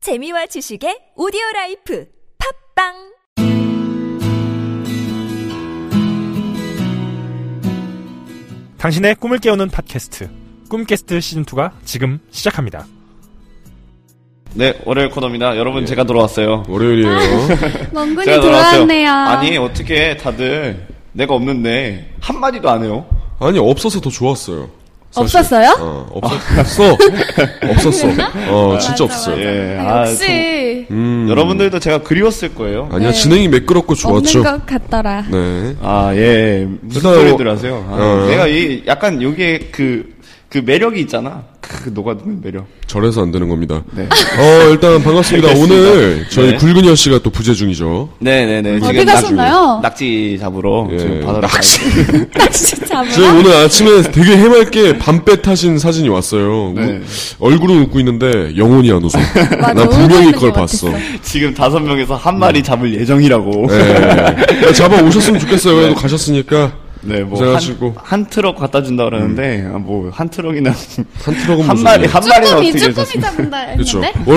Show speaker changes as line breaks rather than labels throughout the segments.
재미와 지식의 오디오 라이프 팝빵
당신의 꿈을 깨우는 팟캐스트 꿈캐스트 시즌 2가 지금 시작합니다.
네, 월요일 코너입니다. 여러분, 제가 돌아왔어요.
월요일이에요.
멍군이
제가 돌아왔어요.
돌아왔네요.
아니, 어떻게 다들 내가 없는데 한마디도 안 해요?
아니 없어서 더 좋았어요. 사실.
없었어요?
어, 없었어. 없었어. 어, 진짜
네.
없었어요.
예, 아,
역시
참, 여러분들도 제가 그리웠을 거예요.
아니야 진행이 매끄럽고 좋았죠.
없는 것 같더라.
네.
아, 예. 무슨
그래서-
소리들 하세요? 아,
어.
내가 이, 약간 여기에 그, 그 매력이 있잖아. 그 녹아드는 매력.
절해서 안 되는 겁니다.
네.
어 일단 반갑습니다.
알겠습니다.
오늘 저희
네.
굵은 여 씨가 또 부재 중이죠.
네네네.
어디 가셨나요?
음, 낙지 잡으러
예.
지금 바다로
낚시.
가요.
낚시 잡아.
제가 오늘 아침에 되게 해맑게 밤배 타신 사진이 왔어요.
네.
우- 얼굴은 웃고 있는데 영혼이 안 웃어. 난 분명히 그걸 봤어.
지금 다섯 명에서 한 마리 잡을 예정이라고.
네. 잡아 오셨으면 좋겠어요. 그래도 가셨으니까.
네, 뭐, 한,
고생하시고.
한 트럭 갖다 준다 그러는데, 아, 뭐, 한 트럭이나.
한 트럭은
한
무슨
마리,
일이야.
한 마리는
쭈꾸미
아, 네, 어떻게
쭈꾸미
잡습니까?
잡는다
그렇죠.
했는데 네.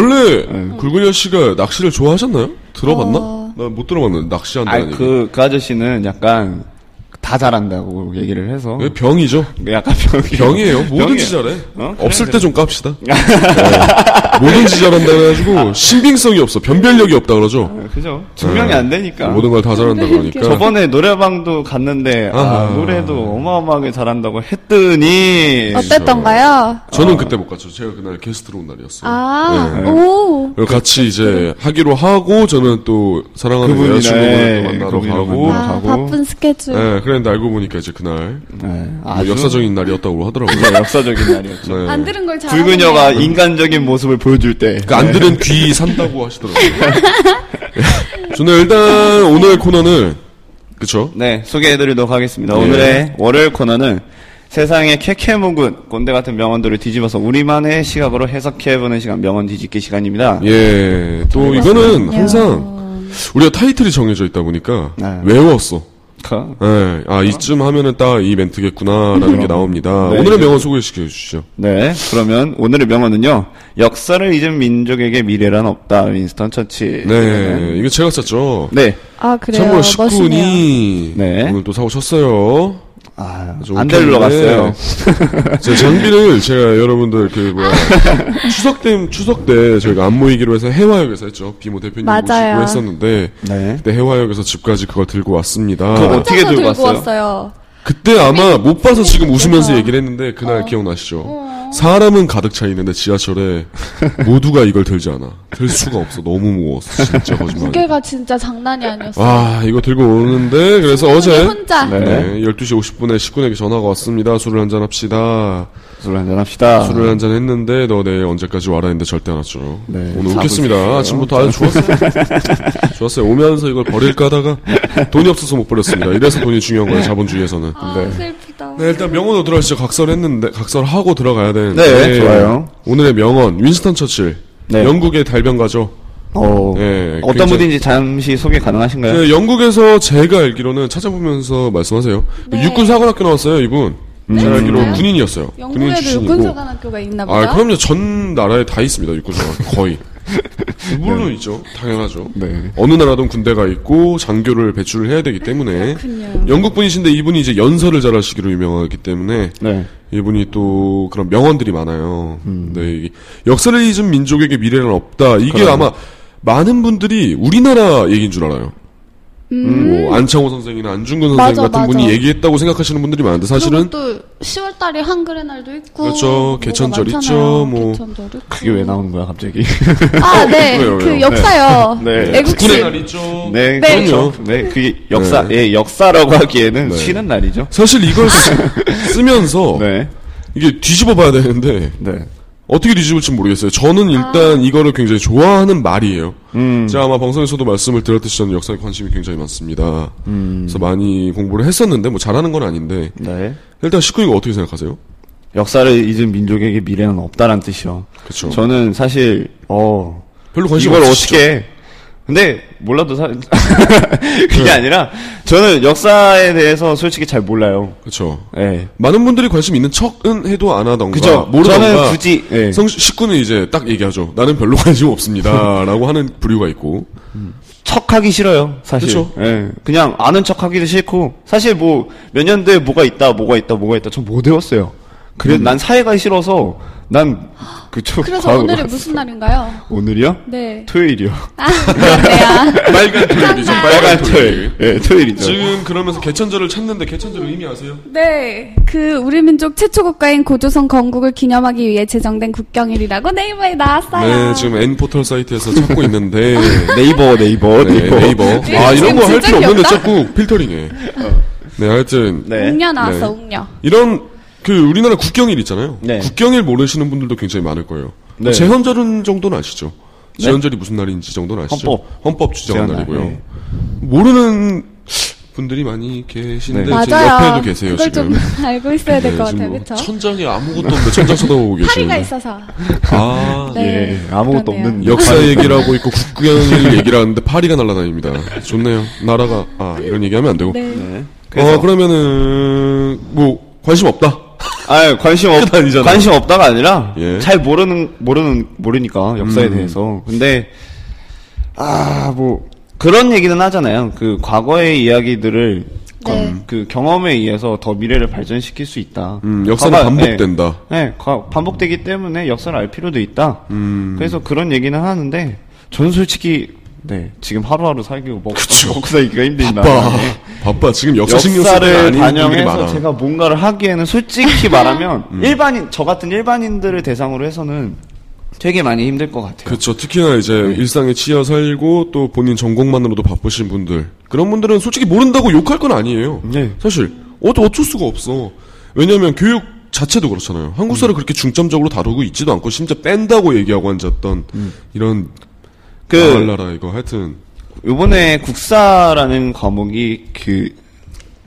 원래 굴구녀 씨가 낚시를 좋아하셨나요? 들어봤나?
어.
나 못 들어봤는데 낚시한다는
아니
얘기.
그, 그 아저씨는 약간 다 잘한다고 얘기를 해서 그
왜 예, 병이죠.
약간 병이
병이에요. 뭐든지 잘해.
어? 그래,
없을 때 좀 깝시다. 네. 뭐든지 잘한다 해가지고 신빙성이 없어. 변별력이 없다 그러죠. 네,
그죠 증명이 안 되니까
모든 걸 다 잘한다 그러니까.
저번에 노래방도 갔는데 아,
아하.
노래도 어마어마하게 잘한다고 했더니
네.
어땠던가요?
저는 그때 못 갔죠. 제가 그날 게스트로 온 날이었어요.
아,
네.
오.
그리고 같이 이제 하기로 하고 저는 또 사랑하는
그분이랑,
여자친구를
예,
또 만나러
그분이랑
가고
만나러
아,
가고.
바쁜 스케줄.
네, 그랬는데 알고 보니까 이제 그날
네,
뭐
아주
역사적인 날이었다고 하더라고요.
네, 역사적인 날이었죠
네.
안 들은 걸 잘.
붉은 여가 인간적인 모습을 보여줄 때
그 안
네.
들은 귀 산다고 하시더라고요. 저는 일단 오늘 코너는 그쵸?
네, 소개해드리도록 하겠습니다. 오늘의 월요일 코너는 세상의 캐캐묵은 꼰대 같은 명언들을 뒤집어서 우리만의 시각으로 해석해보는 시간, 명언 뒤집기 시간입니다.
예. 또 이거는
음.
항상 우리가 타이틀이 정해져 있다 보니까
네.
외웠어.
그-
예. 아 이쯤 하면은 딱 이 멘트겠구나라는 게
음.
나옵니다. 오늘의 명언 소개시켜 주시죠.
네, 그러면 오늘의 명언은요. 역사를 잊은 민족에게 미래란 없다. 윈스턴 처칠.
네, 이거 제가 썼죠.
네.
아, 그래요.
참고로
멋있네요.
식군이
네.
오늘 또 사고 쳤어요.
아,
아주
안 데리러
욱했는데
갔어요.
제 장비를 제가 여러분들 그 뭐야 추석 때 추석 때 저희가 안 모이기로 해서 해화역에서 했죠 비모 대표님
맞아요.
모시고 했었는데
네.
그때 해화역역에서 집까지 그걸 들고 왔습니다.
그거
혼자서
어떻게 들고
들고
왔어요?
왔어요?
그때 아마 못 봐서 지금 웃으면서
어, 그래서.
얘기를 했는데
어.
그날 기억나시죠? 사람은 가득 차 있는데 지하철에 모두가 이걸 들지 않아. 들 수가 없어. 너무 무거웠어. 진짜 거짓말.
무게가 진짜 장난이 아니었어.
와 이거 들고 오는데 그래서
저
어제
혼자.
네.
네, 12시 50분에 식구에게 전화가 왔습니다. 술을 한잔 합시다.
술 한잔 합시다.
술을 한잔 했는데 너 내일 언제까지 와라 했는데 절대 안 왔죠.
아. 네,
오늘
자고
웃겠습니다.
있었어요.
아침부터 아주 좋았어요. 좋았어요. 오면서 이걸 버릴까 하다가 돈이 없어서 못 버렸습니다. 이래서 돈이 중요한 거예요. 자본주의에서는.
아,
네.
슬프다.
네, 일단 명언으로 들어가시죠. 각설했는데 각설하고 들어가야 되는데.
네, 좋아요.
오늘의 명언 윈스턴 처칠.
네.
영국의 달병가죠.
어,
네,
어떤
굉장히-
분인지 잠시 소개 가능하신가요?
네, 영국에서 제가 알기로는 찾아보면서 말씀하세요.
네.
육군 사관학교 나왔어요, 이분.
음.
제가 네, 알기로
진짜요?
군인이었어요. 군인
영국에도
출신이고.
육군사관학교가 있나 보다.
아, 그럼요. 전 나라에 다 있습니다. 육군사관 거의. 물론 있죠. 당연하죠.
네.
어느 나라든 군대가 있고 장교를 배출을 해야 되기 때문에
그렇군요.
영국 분이신데 이분이 이제 연설을 잘하시기로 유명하기 때문에
네.
이분이 또 그런 명언들이 많아요. 네, 이게 역사를 잊은 민족에게 미래는 없다. 이게 아마 많은 분들이 우리나라 얘기인 줄 알아요. 뭐 안창호 선생이나 안중근 선생
음. 맞아,
같은
맞아.
분이 얘기했다고 생각하시는 분들이 많은데
그리고
사실은
또 10월달에 한글의 날도 있고
그렇죠.
뭐가
개천절
많잖아요.
있죠, 뭐.
개천절 있고.
그게 왜 나오는 거야, 갑자기?
아, 네.
왜요,
그
왜요?
역사요.
네.
군의
애국심.
날 있죠.
네,
네.
그렇죠. 네, 그게 역사, 예, 역사라고 하기에는 쉬는 날이죠.
사실 이걸 쓰- 쓰면서
네.
이게 뒤집어 봐야 되는데
네.
어떻게 뒤집을지 모르겠어요. 저는
아.
일단 이거를 굉장히 좋아하는 말이에요.
음.
제가 아마 방송에서도 말씀을 드렸듯이 저는 역사에 관심이 굉장히 많습니다.
음.
그래서 많이 공부를 했었는데 뭐 잘하는 건 아닌데
네.
일단 19위가 어떻게 생각하세요?
역사를 잊은 민족에게 미래는 없다란 뜻이요.
그쵸.
저는 사실, 어,
별로 관심
이걸
없으시죠?
어떻게 근데 몰라도 사 그게 아니라 저는 역사에 대해서 솔직히 잘 몰라요.
그렇죠.
예.
많은 분들이 관심 있는 척은 해도 안 하던가
그죠.
모르던가
저는 굳이, 예.
성 식구는 이제 딱 얘기하죠. 나는 별로 관심 없습니다라고 하는 부류가 있고
척하기 싫어요, 사실.
그쵸.
예. 그냥 아는 척하기도 싫고 사실 뭐 몇 년도에 뭐가 있다, 뭐가 있다, 뭐가 있다. 전 못 외웠어요. 그래
음.
서난 사회가 싫어서 난 그쵸.
그래서
과거로
오늘이
갔어요.
무슨 날인가요?
오늘이요?
네.
토요일이요.
아, 그래야.
빨간 토요일이죠.
빨간 토요일. 예, 토요일이죠.
지금 그러면서 개천절을 찾는데 개천절 의미 아세요?
네. 그 우리 민족 최초 국가인 고조선 건국을 기념하기 위해 제정된 국경일이라고 네이버에 나왔어요.
네, 지금 N 포털 사이트에서 찾고 있는데
네이버, 네이버,
네,
네이버.
네이버.
네,
아 이런
지금
거 할
진짜
필요 없는데
귀엽다.
자꾸 필터링해. 네, 하여튼
네.
웅녀 나왔어,
네.
웅녀.
이런 그 우리나라 국경일 있잖아요.
네.
국경일 모르시는 분들도 굉장히 많을 거예요.
네.
제헌절은 정도는 아시죠?
네.
제헌절이 무슨 날인지 정도는 아시죠?
헌법.
주장한
제헌날,
날이고요.
네.
모르는 분들이 많이 계신데
네.
제 옆에도 계세요
그걸
지금.
좀 알고 있어야 될
네,
것
지금
같아요,
뭐
그쵸?
천장에 아무것도 없는데 천장 쳐다보고 계시는.
파리가 있어서.
아
네.
예, 아무것도
그러네요.
없는
역사 얘기를 하고 있고 국경일 얘기를 하는데 파리가 날아다닙니다. 좋네요. 나라가 아 이런 얘기하면 안 되고.
네.
그래서-
어 그러면은 뭐 관심 없다.
아 관심 없
끝 아니잖아요.
관심 없다가 아니라
예. 음.
잘 모르는 모르는 모르니까 역사에 대해서 근데 아 뭐 그런 얘기는 하잖아요 그 과거의 이야기들을
네.
음, 그 경험에 의해서 더 미래를 발전시킬 수 있다
음, 역사는
과거-
반복된다.
네, 네, 과- 반복되기 때문에 역사를 알 필요도 있다
음.
그래서 그런 얘기는 하는데 저는 솔직히 네 지금 하루하루 살기고 먹,
그쵸.
먹고 살기가 힘든
바빠.
나라에
바빠. 지금 역사 신경 쓰는
네. 역사를
어, 아닌 분들이
반영해서
많아.
제가 뭔가를 하기에는 솔직히 말하면
음.
일반인 저 같은 일반인들을 대상으로 해서는 되게 많이 힘들 것 같아요.
그렇죠. 특히나 이제 일상에 치여 살고 또 본인 전공만으로도 바쁘신 분들 그런 분들은 솔직히 모른다고 욕할 건 아니에요.
네.
사실 어 어쩔 수가 없어. 왜냐하면 교육 자체도 그렇잖아요.
음.
한국사를 그렇게 중점적으로 다루고 있지도 않고 심지어 뺀다고 얘기하고 앉았던 이런
음. 그-
나랄라라 이거 하여튼
이번에 국사라는 과목이 그,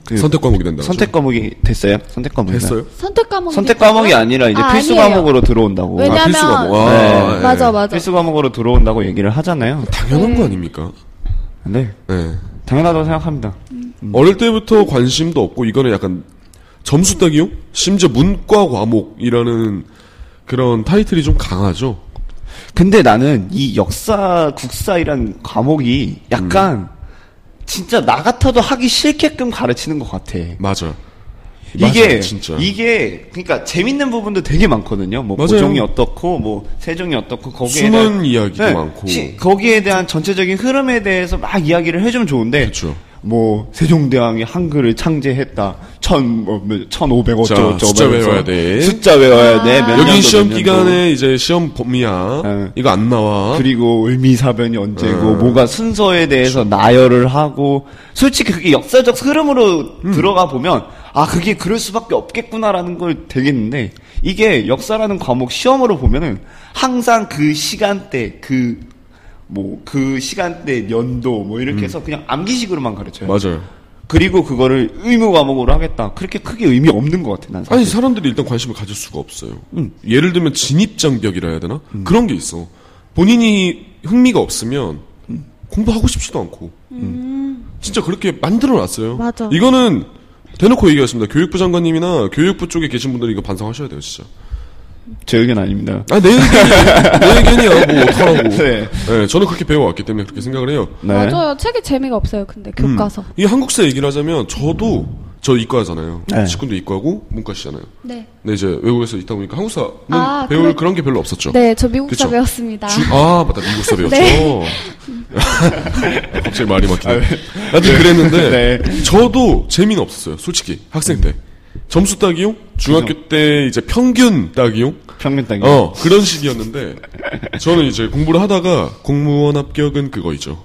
그
선택 과목이 된다.
선택 과목이 됐어요? 선택 과목이
됐어요?
선택 과목이
선택 과목이 아니라 이제
아,
필수
아니에요.
과목으로 들어온다고
왜냐면
뭐, 아, 필수 과목. 와,
네.
예.
맞아 맞아.
필수 과목으로 들어온다고 얘기를 하잖아요.
당연한 거 아닙니까?
네,
네.
당연하다고 생각합니다.
음. 어릴 때부터 관심도 없고 이거는 약간 점수 따기용 심지어 문과 과목이라는 그런 타이틀이 좀 강하죠.
근데 나는 이 역사 국사이란 과목이 약간
음.
진짜 나 같아도 하기 싫게끔 가르치는 것 같아.
맞아.
이게
맞아요, 진짜.
이게 그러니까 재밌는 부분도 되게 많거든요. 뭐
맞아요.
고종이 어떻고 뭐 세종이 어떻고 거기에
숨은
대한- 네,
이야기도 많고.
거기에 대한 전체적인 흐름에 대해서 막 이야기를 해주면 좋은데
그쵸.
뭐 세종대왕이 한글 창제했다 천 뭐, 뭐, 1500
자,
어쩌고
숫자
저쩌고
외워야 돼.
숫자 외워야 돼. 몇
여기
년도,
시험
몇 년도.
기간에 이제 시험 범위야.
네.
이거 안 나와.
그리고 을미사변이 언제고 뭐가 순서에 대해서 나열을 하고 솔직히 그게 역사적 흐름으로 들어가 보면 아 그게 그럴 수밖에 없겠구나라는 걸 되겠는데 이게 역사라는 과목 시험으로 보면은 항상 그 시간대 그 뭐 그 시간대 연도 뭐 이렇게 해서 그냥 암기식으로만 가르쳐요.
맞아요.
그리고 그거를 의무 과목으로 하겠다. 그렇게 크게 의미 없는 것 같아 난. 사실.
아니 사람들이 일단 관심을 가질 수가 없어요. 예를 들면 진입 장벽이라 해야 되나? 그런 게 있어. 본인이 흥미가 없으면 공부하고 싶지도 않고. 진짜 그렇게 만들어놨어요.
음. 맞아.
이거는 대놓고 얘기하십니다. 교육부 장관님이나 교육부 쪽에 계신 분들이 이거 반성하셔야 돼요, 진짜.
제 의견 아닙니다.
아, 내 의견이, 내 의견이야. 뭐, 어떡하라고.
네.
네. 저는 그렇게 배워왔기 때문에 그렇게 생각을 해요.
네.
맞아요. 책이 재미가 없어요. 근데 교과서.
이 한국사 얘기를 하자면, 저도, 저 이과잖아요.
네.
직군도 이과고, 문과시잖아요.
네.
근데 이제 외국에서 있다 보니까 한국사는
아,
배울
그래-
그런 게 별로 없었죠.
네, 저 미국사
그쵸.
배웠습니다.
주- 아, 맞다. 미국사 배웠죠.
네.
갑자기 말이
아,
막히네. 하여튼 그랬는데,
네.
저도 재미는 없었어요. 솔직히. 학생 때. 점수 따기용? 중학교 때 이제 평균 따기용?
평균 땅이.
어, 그런 식이었는데, 저는 이제 공부를 하다가, 공무원 합격은 그거이죠.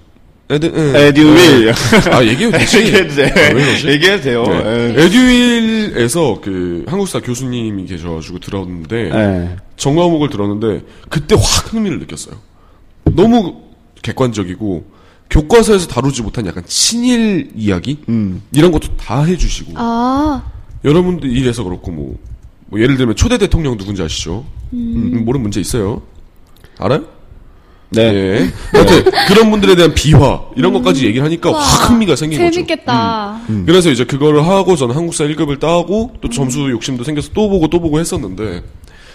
에드, 네, 응.
에듀윌.
아, 얘기해도 되지.
네. 얘기해도 돼.
아, 왜 그러지?
얘기해도 돼요.
네.
예.
에듀윌에서 그 한국사 교수님이 계셔가지고 들었는데
네.
정과목을 들었는데 그때 확 흥미를 느꼈어요. 너무 객관적이고 교과서에서 다루지 못한 약간 친일 이야기 이런 것도 다 해주시고
아,
여러분들 이래서 그렇고 뭐, 음, 뭐 예를 들면 초대 대통령 누군지 아시죠? 음, 모르는 문제 있어요. 알아요?
네.
예. 하여튼 그런 분들에 대한 비화 이런 것까지 얘기를 하니까 확 흥미가 생긴 거죠. 음.
재밌겠다.
그래서 이제 그거를 하고 저는 한국사 1급을 따고 또
음.
점수 욕심도 생겨서 또 보고 또 보고 했었는데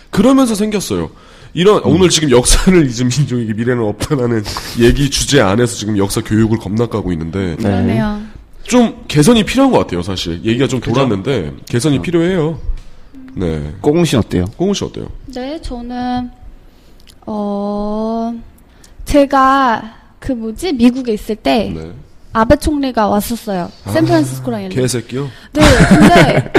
그러면서 생겼어요. 이런
음.
오늘 지금 역사를 잊은 민족에게 미래는 없다라는 얘기 주제 안에서 지금 역사 교육을 겁나 까고 있는데
음. 그러네요.
좀 개선이 필요한 것 같아요, 사실. 얘기가 좀 돌았는데 개선이
어.
필요해요. 네.
꼬공 씨 어때요?
공우 씨 어때요?
네, 저는 어 제가 그 뭐지 미국에 있을 때
네. 아,
아베 총리가 왔었어요. 샌프란시스코랑 일로.
개새끼요?
네, 근데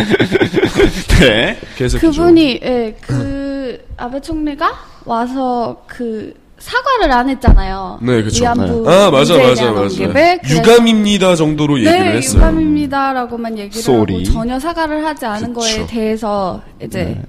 네.
개새끼죠. 네.
그분이 예, 그 아베 총리가 와서 그 사과를 안 했잖아요.
네, 그쵸.
위안부
아, 맞아,
문제에
맞아,
대한
맞아.
언급을. 그래서
네. 유감입니다 정도로 얘기를
네,
했어요.
유감입니다라고만 얘기를
Sorry.
하고 전혀 사과를 하지 않은
그쵸. 네.
거에 대해서 이제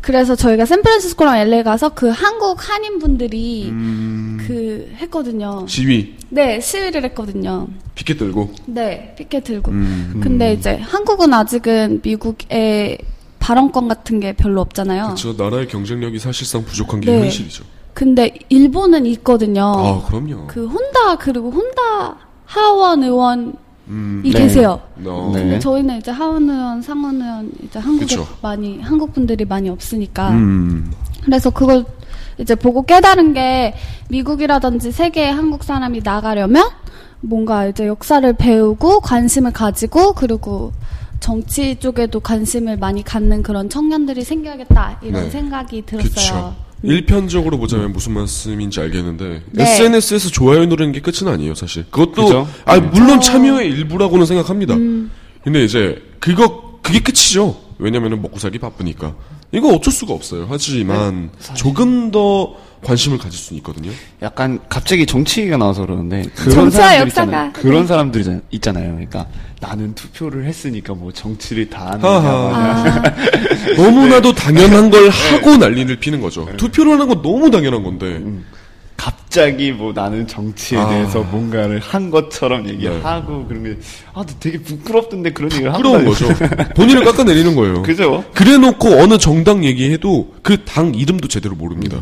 그래서 저희가 샌프란시스코랑 LA 가서 그 한국 한인 분들이
음.
그 했거든요.
지휘,
네, 시위를 했거든요.
피켓 들고.
네, 피켓 들고.
음.
근데 이제 한국은 아직은 미국의 발언권 같은 게 별로 없잖아요.
그쵸, 나라의 경쟁력이 사실상 부족한 게
어. 네.
현실이죠.
근데 일본은 있거든요.
아, 그럼요.
그 혼다 그리고 혼다 하원 의원이
음,
네.
계세요.
어,
네.
근데 저희는 이제 하원 의원, 상원 의원 이제 한국에
그쵸.
많이 한국 분들이 많이 없으니까
음,
그래서 그걸 이제 보고 깨달은 게 미국이라든지 세계에 한국 사람이 나가려면 뭔가 이제 역사를 배우고 관심을 가지고 그리고 정치 쪽에도 관심을 많이 갖는 그런 청년들이 생겨야겠다 이런
네.
생각이 들었어요.
그쵸. 일편적으로 보자면 무슨 말씀인지 알겠는데
네.
SNS에서 좋아요 누르는 게 끝은 아니에요 사실 그것도
그죠?
아
어.
물론 참여의 일부라고는 생각합니다
음.
근데 이제 그거 그게 끝이죠 왜냐면은 먹고 살기 바쁘니까 이거 어쩔 수가 없어요
네.
하지만 조금 더 관심을 가질 수는 있거든요
약간 갑자기 정치 얘기가 나와서 그러는데 그런
정치와
사람들
역사가. 네.
있잖아요. 그런 사람들 있잖- 있잖아요. 그러니까 나는 투표를 했으니까 뭐 정치를 다뭐 하는
하하.
아.
거야.
너무나도 당연한 걸 하고 난리를 피는 거죠 투표를 하는 건 너무 당연한 건데
갑자기 뭐 나는 정치에
아. 네.
대해서 뭔가를 한 것처럼 얘기하고 그런 게 아, 너 되게 부끄럽던데 그런 얘기를
부끄러운
한다니.
거죠 본인을 깎아내리는 거예요
그죠?
그래놓고 어느 정당 얘기해도 그 당 이름도 제대로 모릅니다.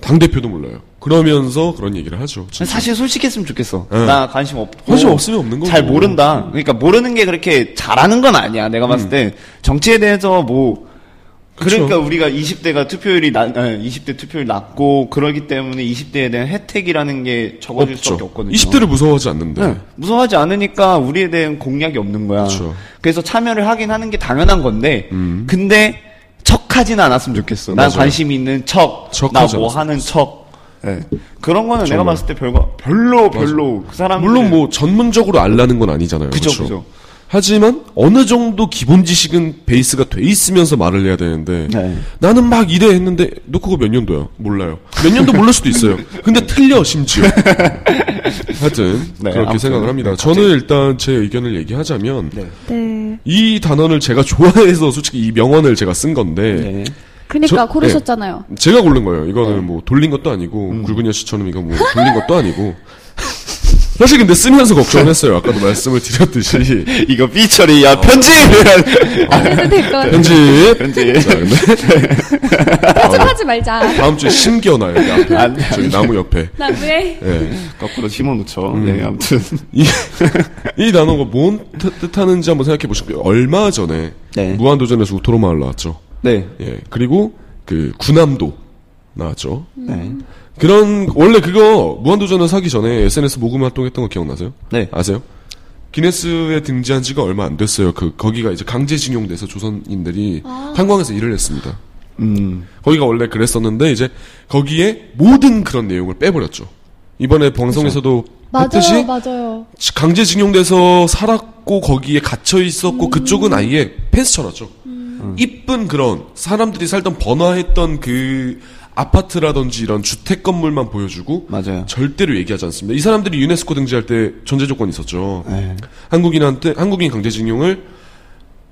당 대표도 몰라요. 그러면서 그런 얘기를 하죠. 진짜.
사실 솔직했으면 좋겠어.
네.
나 관심 없고.
관심 없으면 없는 거고.
잘 모른다. 그러니까 모르는 게 그렇게 잘하는 건 아니야. 내가 봤을 때 정치에 대해서 뭐
음. 그쵸.
그러니까 우리가 20대가 투표율이 낮, 아, 20대 투표율 낮고 그러기 때문에 20대에 대한 혜택이라는 게 적어질
없죠.
수밖에 없거든요.
20대를 무서워하지 않는데.
네. 무서워하지 않으니까 우리에 대한 공약이 없는 거야.
그쵸.
래서 참여를 하긴 하는 게 당연한 건데, 근데 척하진 않았으면 좋겠어. 난
음. 맞아요.
관심 있는 척, 나
척하지
뭐
않았으면
하는 척. 예. 그런 거는 내가 봤을 때 별거, 별로, 별로, 그 사람.
물론 뭐 전문적으로 알라는 건 아니잖아요.
그죠,
그쵸?
그죠.
하지만 어느 정도 기본 지식은 베이스가 돼 있으면서 말을 해야 되는데
네.
나는 막 이래 했는데 너 그거 몇 년도야? 몰라요. 몇 년도 모를 수도 있어요. 근데 틀려 심지어. 하여튼
네,
그렇게
아무튼.
생각을 합니다. 저는 일단 제 의견을 얘기하자면
네.
이 단어를 제가 좋아해서 솔직히 이 명언을 제가 쓴 건데
네.
그러니까
저-
고르셨잖아요.
제가 고른 거예요. 이거는 뭐 돌린 것도 아니고
음.
굵은 여씨처럼 이거 뭐 돌린 것도 아니고 사실 근데 쓰면서 걱정을 했어요. 아까도 말씀을 드렸듯이
이거 삐처리야, 편지!
어. 아,
네, 그래도 될것
편집
편지.
자, 근데
편집하지 말자.
다음 주에 심겨놔요. 여기 앞에.
안 돼, 안
저기 나무 옆에.
나 왜?
예.
거꾸로 심어놓죠.
음.
네, 아무튼.
이, 이 단어가 뭔 뜻- 뜻하는지 한번 생각해 보시고요. 얼마 전에
네.
무한도전에서 우토로 마을 나왔죠.
네.
예. 그리고 그 군함도 나왔죠.
네.
그런 원래 그거 무한도전을 사기 전에 SNS 모금 활동했던 거 기억나세요?
네.
아세요? 기네스에 등재한 지가 얼마 안 됐어요. 그 거기가 이제 강제징용돼서 조선인들이
아.
탄광에서 일을 했습니다.
음.
거기가 원래 그랬었는데 이제 거기에 모든 그런 내용을 빼버렸죠. 이번에 방송에서도 했듯이
맞아요, 맞아요.
강제징용돼서 살았고 거기에 갇혀 있었고 그쪽은 아예 펜스 쳐놨죠.
음.
이쁜 그런 사람들이 살던 번화했던 그 아파트라든지 이런 주택 건물만 보여주고
맞아요.
절대로 얘기하지 않습니다. 이 사람들이 유네스코 등재할 때 전제 조건이 있었죠.
네.
한국인한테 한국인 강제징용을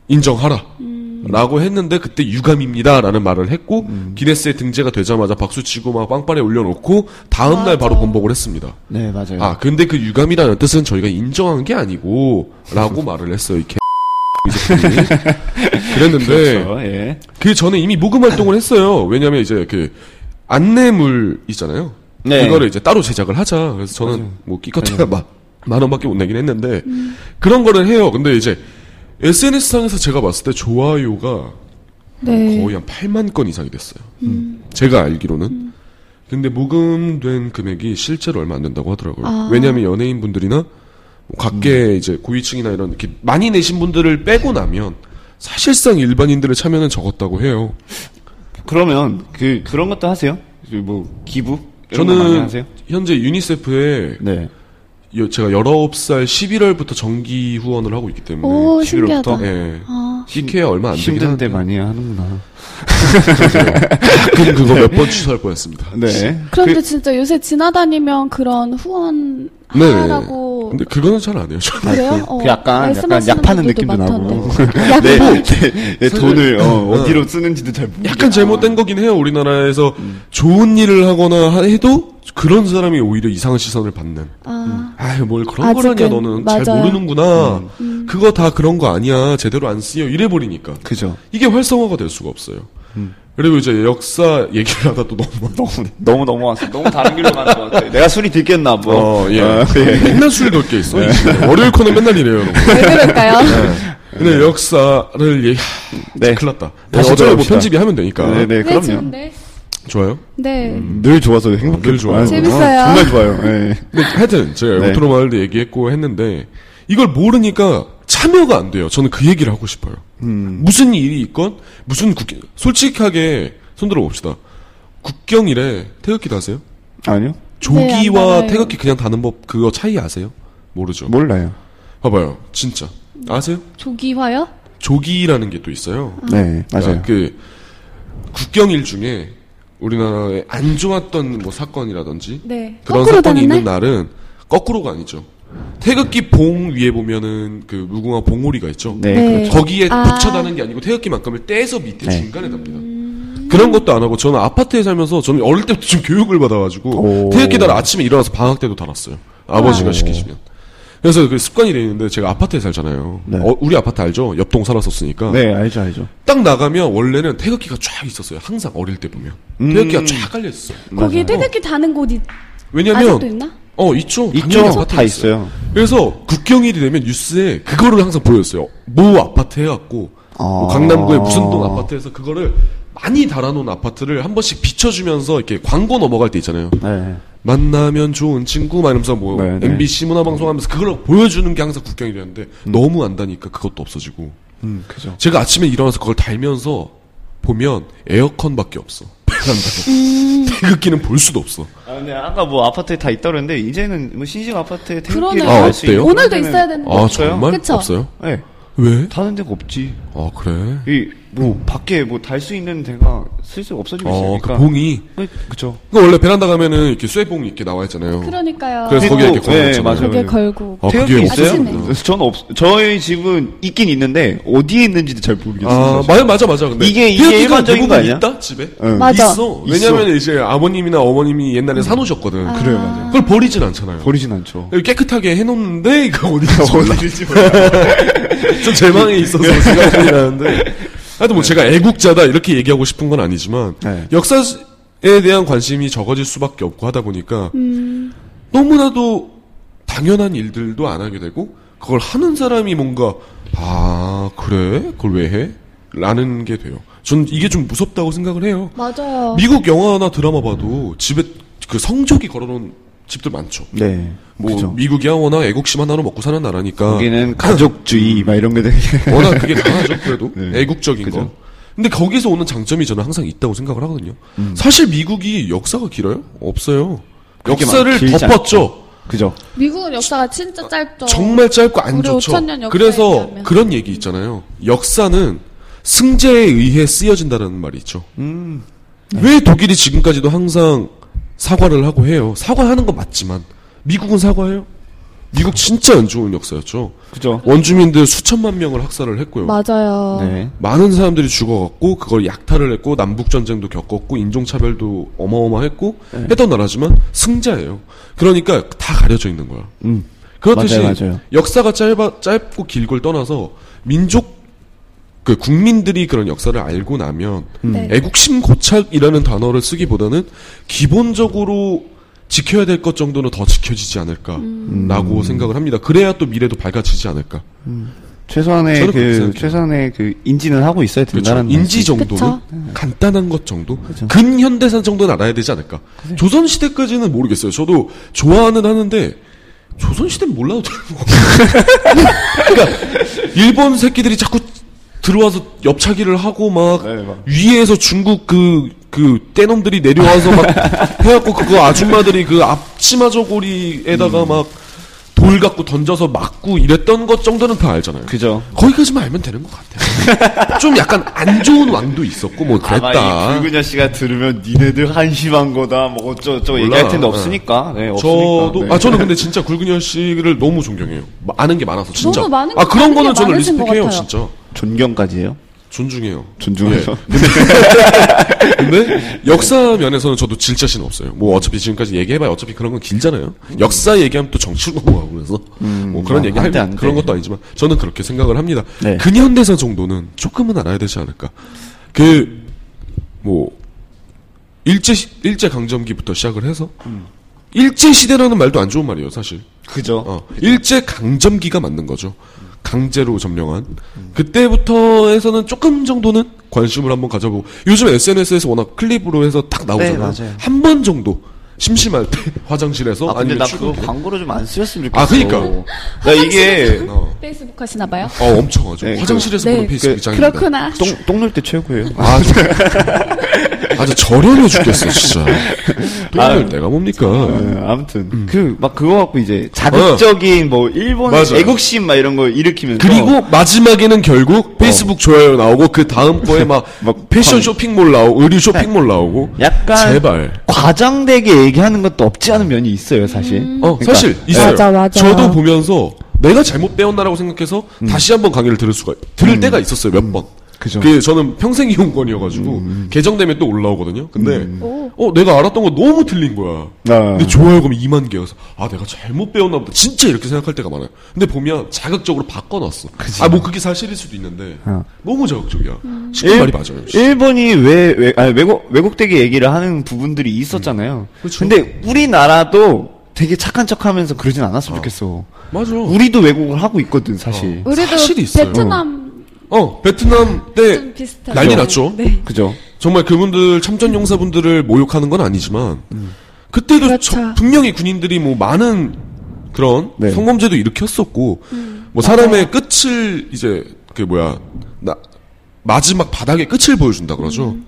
인정하라.
음.
라고 했는데 그때 유감입니다라는 말을 했고 기네스에 등재가 되자마자 박수치고 막 빵빠레 올려놓고 다음날 바로 번복을 했습니다.
네, 맞아요.
아 근데 그 유감이라는 뜻은 저희가 인정한 게 아니고라고 말을 했어요 이 개. 이 새끼들이. 그랬는데
그렇죠. 예.
그 전에 이미 모금 활동을 했어요. 왜냐면 이제 그 안내물 있잖아요.
네.
이거를 이제 따로 제작을 하자. 그래서 저는 뭐 끼껏해야 마- 만 원밖에 못 내긴 했는데
음.
그런 거를 해요. 근데 이제 SNS 상에서 제가 봤을 때 좋아요가
네. 음.
거의 한 8만 건 이상이 됐어요. 제가 알기로는. 근데 모금된 금액이 실제로 얼마 안 된다고 하더라고요.
아.
왜냐하면 연예인분들이나 뭐 각계
음.
이제 고위층이나 이런 이렇게 많이 내신 분들을 빼고 나면 사실상 일반인들의 참여는 적었다고 해요.
그러면 그 그런 것도 하세요? 그뭐 기부 이런 거 많이
저는
하세요?
현재 유니세프에
네.
여- 제가 19살 11월부터 정기 후원을 하고 있기 때문에
오,
11월부터?
신기하다.
예.
아,
TK에 얼마 안 되긴
힘든데
한데
많이 하는구나.
가끔 그거 몇 번 취소할 뻔했습니다.
네.
그런데
그-
진짜 요새 지나다니면 그런 후원
네.
하라고
근데 그거는 잘 안 해요. 저는.
아, 그래요?
그- 그 약간-
어, 말씀하시는
약간 약 파는
분들도
느낌도 나고.
많던데. 뭐 약
네,
파-
네, 네, 돈을 어, 디로 쓰는지도 잘 모르.
약간 잘못된 거긴 해요. 우리나라에서 좋은 일을 하거나 하- 해도 그런 사람이 오히려 이상한 시선을 받는.
아,
아유 뭘 그런
아직은
걸 하냐 너는 잘
맞아요.
모르는구나.
음.
음. 그거 다 그런 거 아니야. 제대로 안 쓰여. 이래 버리니까.
그죠.
이게 활성화가 될 수가 없어요. 그리고 이제 역사 얘기를 하다 또 너무
음. 너무 너무 넘어왔어. 너무 다른 길로 가는 것 같아. 내가 술이 들겠나 뭐.
어, 예.
아, 네.
맨날 술이 덜게 있어. 이 집에. 월요일 코너 맨날 이래요, 여러분.
왜 그럴까요?
근데 역사를 얘기,
네.
큰일 났다.
다시
어차피 뭐
돌아옵시다.
편집이 하면 되니까.
네, 네,
네,
그럼요.
좋은데.
좋아요.
네.
늘 좋아서 행복해.
늘 좋아요.
아,
재밌어요.
정말 좋아요. 예.
근데 하여튼 제가
네.
오토로 마을도 얘기했고 했는데 이걸 모르니까 참여가 안 돼요. 저는 그 얘기를 하고 싶어요.
음.
무슨 일이 있건 무슨 국경 솔직하게 손들어 봅시다. 국경일에 태극기도 아세요?
아니요.
조기와
알아요.
태극기 그냥 다는 법 그거 차이 아세요? 모르죠.
몰라요.
봐봐요. 진짜 아세요?
조기화요?
조기라는 게 또 있어요.
네, 맞아요.
그러니까 그 국경일 중에 우리나라에 안 좋았던 뭐 사건이라든지
네.
그런
거꾸로
사건이
되는
있는
날?
날은 거꾸로가 아니죠. 태극기 봉 위에 보면은 그 무궁화 봉오리가 있죠.
네,
네.
그렇죠.
거기에
아.
붙여다는 게 아니고 태극기만큼을 떼서 밑에
네.
중간에 답니다. 그런 것도 안 하고 저는 아파트에 살면서 저는 어릴 때부터 좀 교육을 받아가지고
오.
태극기 달 아침에 일어나서 방학 때도 달았어요. 아버지가 시키시면. 그래서 그 습관이 돼 있는데 제가 아파트에 살잖아요.
네.
어, 우리 아파트 알죠? 옆동 살았었으니까.
네, 알죠, 알죠.
딱 나가면 원래는 태극기가 쫙 있었어요. 항상 어릴 때 보면
음.
태극기가 쫙 깔려 있어.
거기 태극기 다는 곳이 아직도
왜냐면
있나?
어 있죠.
있죠.
당연히 아파트에
다 있어요.
그래서 국경일이 되면 뉴스에 그거를 항상 보였어요. 모 아파트 해갖고 뭐
아.
강남구의 무슨 동 아파트에서 그거를 많이 달아놓은 아파트를 한 번씩 비춰주면서 이렇게 광고 넘어갈 때 있잖아요.
네.
만나면 좋은 친구 막 이러면서 뭐
네, 네.
MBC 문화방송하면서 그걸 보여주는 게 항상 국경일이었는데 너무 안다니까 그것도 없어지고
음, 그죠.
제가 아침에 일어나서 그걸 달면서 보면 에어컨밖에 없어. 베란다에.
음.
태극기는 볼 수도 없어.
아, 근데 아까 뭐 아파트에 다 있다 그랬는데 이제는 뭐 신식 아파트에 태극기를
그러네요.
아,
할수
없대요?
있는
오늘도
데는-
있어야 되는데.
아
없어요?
정말
그쵸?
없어요?
네.
왜?
다른 데가 없지.
아 그래.
이 뭐 밖에 뭐 달 수 있는 데가 슬슬 없어지고
음. 어
있으니까.
그 봉이.
네, 그쵸.
그 원래 베란다 가면은 이렇게 쇠봉 이렇게 나와 있잖아요.
그러니까요.
그래서 거기에 이렇게
그리고- 예,
걸어놓잖아요.
맞아요.
거기에 걸고.
아,
태극기
그게
없어요?
있어요? 저는 없. 저희 집은 있긴 있는데 어디에 있는지도 잘 모르겠어요.
아, 맞아, 맞아, 맞아. 근데
이게- 이게
태극기가
일반적인 거
대부분
아니야?
있다 집에.
응.
맞아.
있어. 왜냐면 이제 아버님이나 어머님이 옛날에 사놓으셨거든.
그래요, 맞아요.
그걸 버리진 않잖아요.
버리진 않죠.
깨끗하게 해놓는데 이거 어디서 어디지 좀 제망에 있어서 생각이 나는데 하여튼 뭐 제가 애국자다 이렇게 얘기하고 싶은 건 아니지만
네.
역사에 대한 관심이 적어질 수밖에 없고 하다 보니까 너무나도 당연한 일들도 안 하게 되고 그걸 하는 사람이 뭔가 아 그래 그걸 왜 해? 라는 게 돼요. 전 이게 좀 무섭다고 생각을 해요.
맞아요.
미국 영화나 드라마 봐도 집에 그 성적이 걸어놓은 집들 많죠.
네.
뭐 아.
그죠.
미국이야 워낙 애국심 하나로 먹고 사는 나라니까
여기는 가족주의 막 이런 게 되게
워낙 그게 강하죠 그래도
네.
애국적인
그죠.
거 근데 거기서 오는 장점이 저는 항상 있다고 생각을 하거든요 사실 미국이 역사가 길어요? 없어요
음. 그렇게 막
역사를
길지
덮었죠
그죠.
미국은 역사가 진짜 짧죠.
정말 짧고 안
우리
좋죠
5천 년 역사에
그래서
비하면.
그런 얘기 있잖아요 역사는 승자에 의해 쓰여진다는 말이 있죠
음.
왜 독일이 지금까지도 항상 사과를 하고 해요 사과하는 건 맞지만 미국은 사과해요? 미국 진짜 안 좋은 역사였죠
그죠.
원주민들 수천만 명을 학살을 했고요.
맞아요.
어.
네.
많은 사람들이 죽어갔고 그걸 약탈을 했고 남북 전쟁도 겪었고 인종 차별도 어마어마했고
네.
했던 나라지만 승자예요. 그러니까 다 가려져 있는 거야.
음.
그렇듯이
맞아요, 맞아요.
역사가 짧아, 짧고 길고를 떠나서 민족 그 국민들이 그런 역사를 알고 나면
네.
애국심 고착이라는 단어를 쓰기보다는 기본적으로 지켜야 될 것 정도는 더 지켜지지 않을까라고
음.
생각을 합니다. 그래야 또 미래도 밝아지지 않을까.
최소한의
저는 그렇게
그
생각해요.
최소한의 그 인지는 하고 있어야
그렇죠.
된다는
인지 정도는
그쵸.
간단한 것 정도, 근현대산 정도는 알아야 되지 않을까. 조선 시대까지는 모르겠어요. 저도 좋아는 하는데 조선 시대는 몰라도 되고. 그러니까 일본 새끼들이 자꾸 들어와서 엽차기를 하고 막
네, 막.
위에서 중국 그 그 떼놈들이 내려와서 막 해갖고 그거 아줌마들이 그 앞치마 저고리에다가
음.
막 돌 갖고 던져서 맞고 이랬던 것 정도는 다 알잖아요.
그죠.
거기까지만 알면 되는 것 같아요. 좀 약간 안 좋은 왕도 있었고 뭐
아마 이
그랬다.
붉은 여씨가 들으면 니네들 한심한 거다 뭐 어쩌 저쩌
몰라.
얘기할 텐데 없으니까. 네, 없으니까.
저도
네.
아 저는 근데 진짜 굴근현 씨를 너무 존경해요. 마- 아는 게 많아서 진짜.
너무 많은
아
게-
그런
아는 게
거는 저는
많으신 것
리스펙해요
같아요.
진짜.
존경까지예요.
존중해요. 네.
존중해서.
근데 역사 면에서는 저도 질 자신 없어요. 뭐 어차피 지금까지 얘기해봐야 어차피 그런 건 길잖아요. 역사 얘기하면 또 정치로 넘어가고 그래서 뭐 그런
아,
얘기할
안 돼, 안 돼.
그런 것도 아니지만 저는 그렇게 생각을 합니다.
네.
근현대사 정도는 조금은 알아야 되지 않을까. 그 뭐 일제 시- 일제 강점기부터 시작을 해서
음.
일제 시대라는 말도 안 좋은 말이에요, 사실.
그죠.
어, 일제 강점기가 맞는 거죠. 강제로 점령한 그때부터 해서는 조금 정도는 관심을 한번 가져보고 요즘 SNS에서 워낙 클립으로 해서 딱 나오잖아요.
네, 맞아요.
한 번 정도 심심할 때 화장실에서
아 근데
아니면
나
출근
그거
때.
광고로 좀 안 쓰였으면
아,
좋겠어.
그니까. 아,
나 이게
어,
페이스북 하시나 봐요?
어, 엄청 하죠.
네, 그-
화장실에서
네,
보는 페이스북
그-
장입니다.
그렇구나.
똥똥놀때 최고예요.
아, 저, 아주 저렴해 죽겠어 진짜. 똥을
아,
내가 뭡니까?
네, 아무튼 그 막 그거 갖고 이제 자극적인 뭐 일본
음. 어. 맞아요.
애국심 막 이런 거 일으키면서
그리고 마지막에는 결국 페이스북 조회율 나오고 그 다음 거에 막,
어. 막
패션
광-
쇼핑몰 나오고 의류 쇼핑몰 나오고
약간
제발
과장되게 얘기하는 것도 없지 않은 면이 있어요 사실.
어,
그러니까
사실 있어요.
맞아, 맞아.
저도 보면서 내가 잘못 배웠나라고 생각해서 다시 한번 강의를 들을 수가 들을 때가 있었어요 몇 번.
음. 그죠. 음,
그 저는 평생 이용권이어가지고 개정되면 또 올라오거든요. 근데
오.
어 내가 알았던 거 너무 틀린 거야.
아.
근데 좋아요 그럼 2만 개여서 아 내가 잘못 배웠나 보다. 진짜 이렇게 생각할 때가 많아요. 근데 보면 자극적으로 바꿔놨어. 아 뭐 그게 사실일 수도 있는데
어.
너무 자극적이야.
음.
쉽게 말이 맞아요.
일본이 왜, 왜 아니, 외국 외국되게 얘기를 하는 부분들이 있었잖아요.
그렇죠.
근데 우리나라도 되게 착한 척하면서 그러진 않았으면 좋겠어.
맞아.
우리도 왜곡을 하고 있거든 사실.
우리도
사실이 있어요.
베트남
어 베트남 때
좀 비슷한
난리 났죠.
네.
그죠?
정말 그분들 참전 용사분들을 모욕하는 건 아니지만 그때도
그렇죠.
저- 분명히 군인들이 뭐 많은 그런
네.
성범죄도 일으켰었고
음.
뭐 사람의 끝을 이제 그 뭐야 나 마지막 바닥의 끝을 보여준다 그러죠.
음.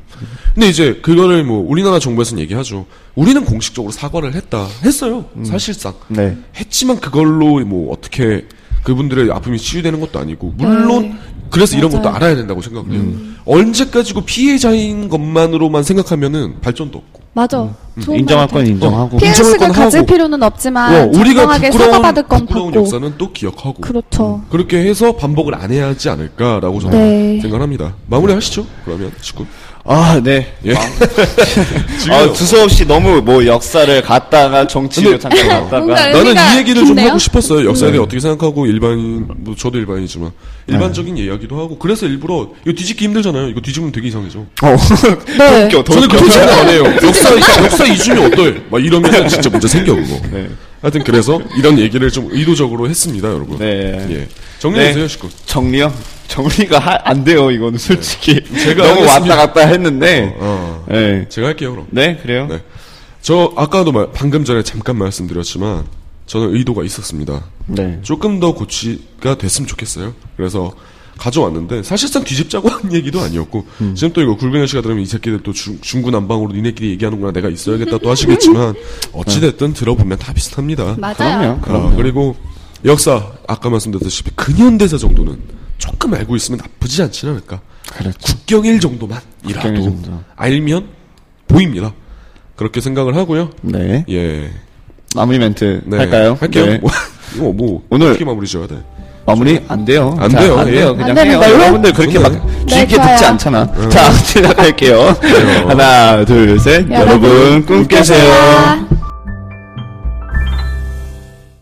근데 이제 그거를 뭐 우리나라 정부에서는 얘기하죠. 우리는 공식적으로 사과를 했다 했어요. 사실상
네.
했지만 그걸로 뭐 어떻게 그분들의 아픔이 치유되는 것도 아니고 물론
네.
그래서 이런
맞아요. 음.
것도 알아야 된다고 생각해요. 언제까지고 그 피해자인 것만으로만 생각하면은 발전도 없고.
맞아.
음.
좋은
인정할
말 같아요.
건 인정하고.
피해- 인정할
어. 피해의식을
건
가질
하고.
필요는 없지만
어, 우리가
정당하게
부끄러운,
사과받을 아, 건
부끄러운
받고
역사는 음. 또 기억하고
그렇죠.
그렇게 해서 반복을 안 해야 하지 않을까라고 저는
네.
생각합니다. 마무리하시죠. 그러면 지금
아, 네.
예. 지금
아, 두서없이 너무 뭐 역사를 갔다가 정치를 잠깐
어.
갔다가
뭔가
나는
네, 의미가
이 얘기를 좀
깊네요.
하고 싶었어요. 역사에 대해 어떻게 생각하고 일반인, 뭐 저도 일반이지만 일반적인 이야기도 하고 그래서 일부러 이거 뒤집기 힘들잖아요. 이거 뒤집으면 되게 이상해죠.
네.
웃겨, 어, 더
저는
웃겨.
그렇게 생각 안 해요. 네. 역사, 역사 이중이 어떨? 막 이러면 진짜 문제 생겨, 그거. 하여튼 그래서 이런 얘기를 좀 의도적으로 했습니다, 여러분.
네.
예. 정리해주세요,
네.
식구.
정리요? 정리가 하- 안 돼요, 이거는 솔직히.
제가
너무 왔다
하겠습니다.
갔다 했는데.
어,
네.
제가 할게요, 그럼.
네, 그래요?
네. 저 아까도 말, 방금 전에 잠깐 말씀드렸지만 저는 의도가 있었습니다.
네.
조금 더 고치가 됐으면 좋겠어요. 그래서 가져왔는데 사실상 뒤집자고 한 얘기도 아니었고
음.
지금 또 이거 굴뱅현 씨가 들으면 이 새끼들 또 중, 중구난방으로 니네끼리 얘기하는구나 내가 있어야겠다 또 하시겠지만 어찌됐든 들어보면 다 비슷합니다.
맞아요.
아, 그리고 역사 아까 말씀드렸다시피 근현대사 정도는 조금 알고 있으면 나쁘지 않지 않을까.
그렇죠.
국경일 정도만이라도
국경일 정도.
알면 보입니다. 그렇게 생각을 하고요.
네.
예.
마무리 멘트
네.
할까요?
할게요.
네.
뭐, 이거 뭐
오늘-
어떻게 마무리 지어야 돼?
마무리 안 돼요.
안
자,
돼요.
안
예.
돼요.
안
그냥
되는
해요.
걸로?
여러분들 그렇게 막
네.
깊게
네,
듣지
좋아요.
않잖아. 자, 시작할게요. 하나, 둘, 셋.
여러분,
여러분, 꿈
깨세요.
깨세요.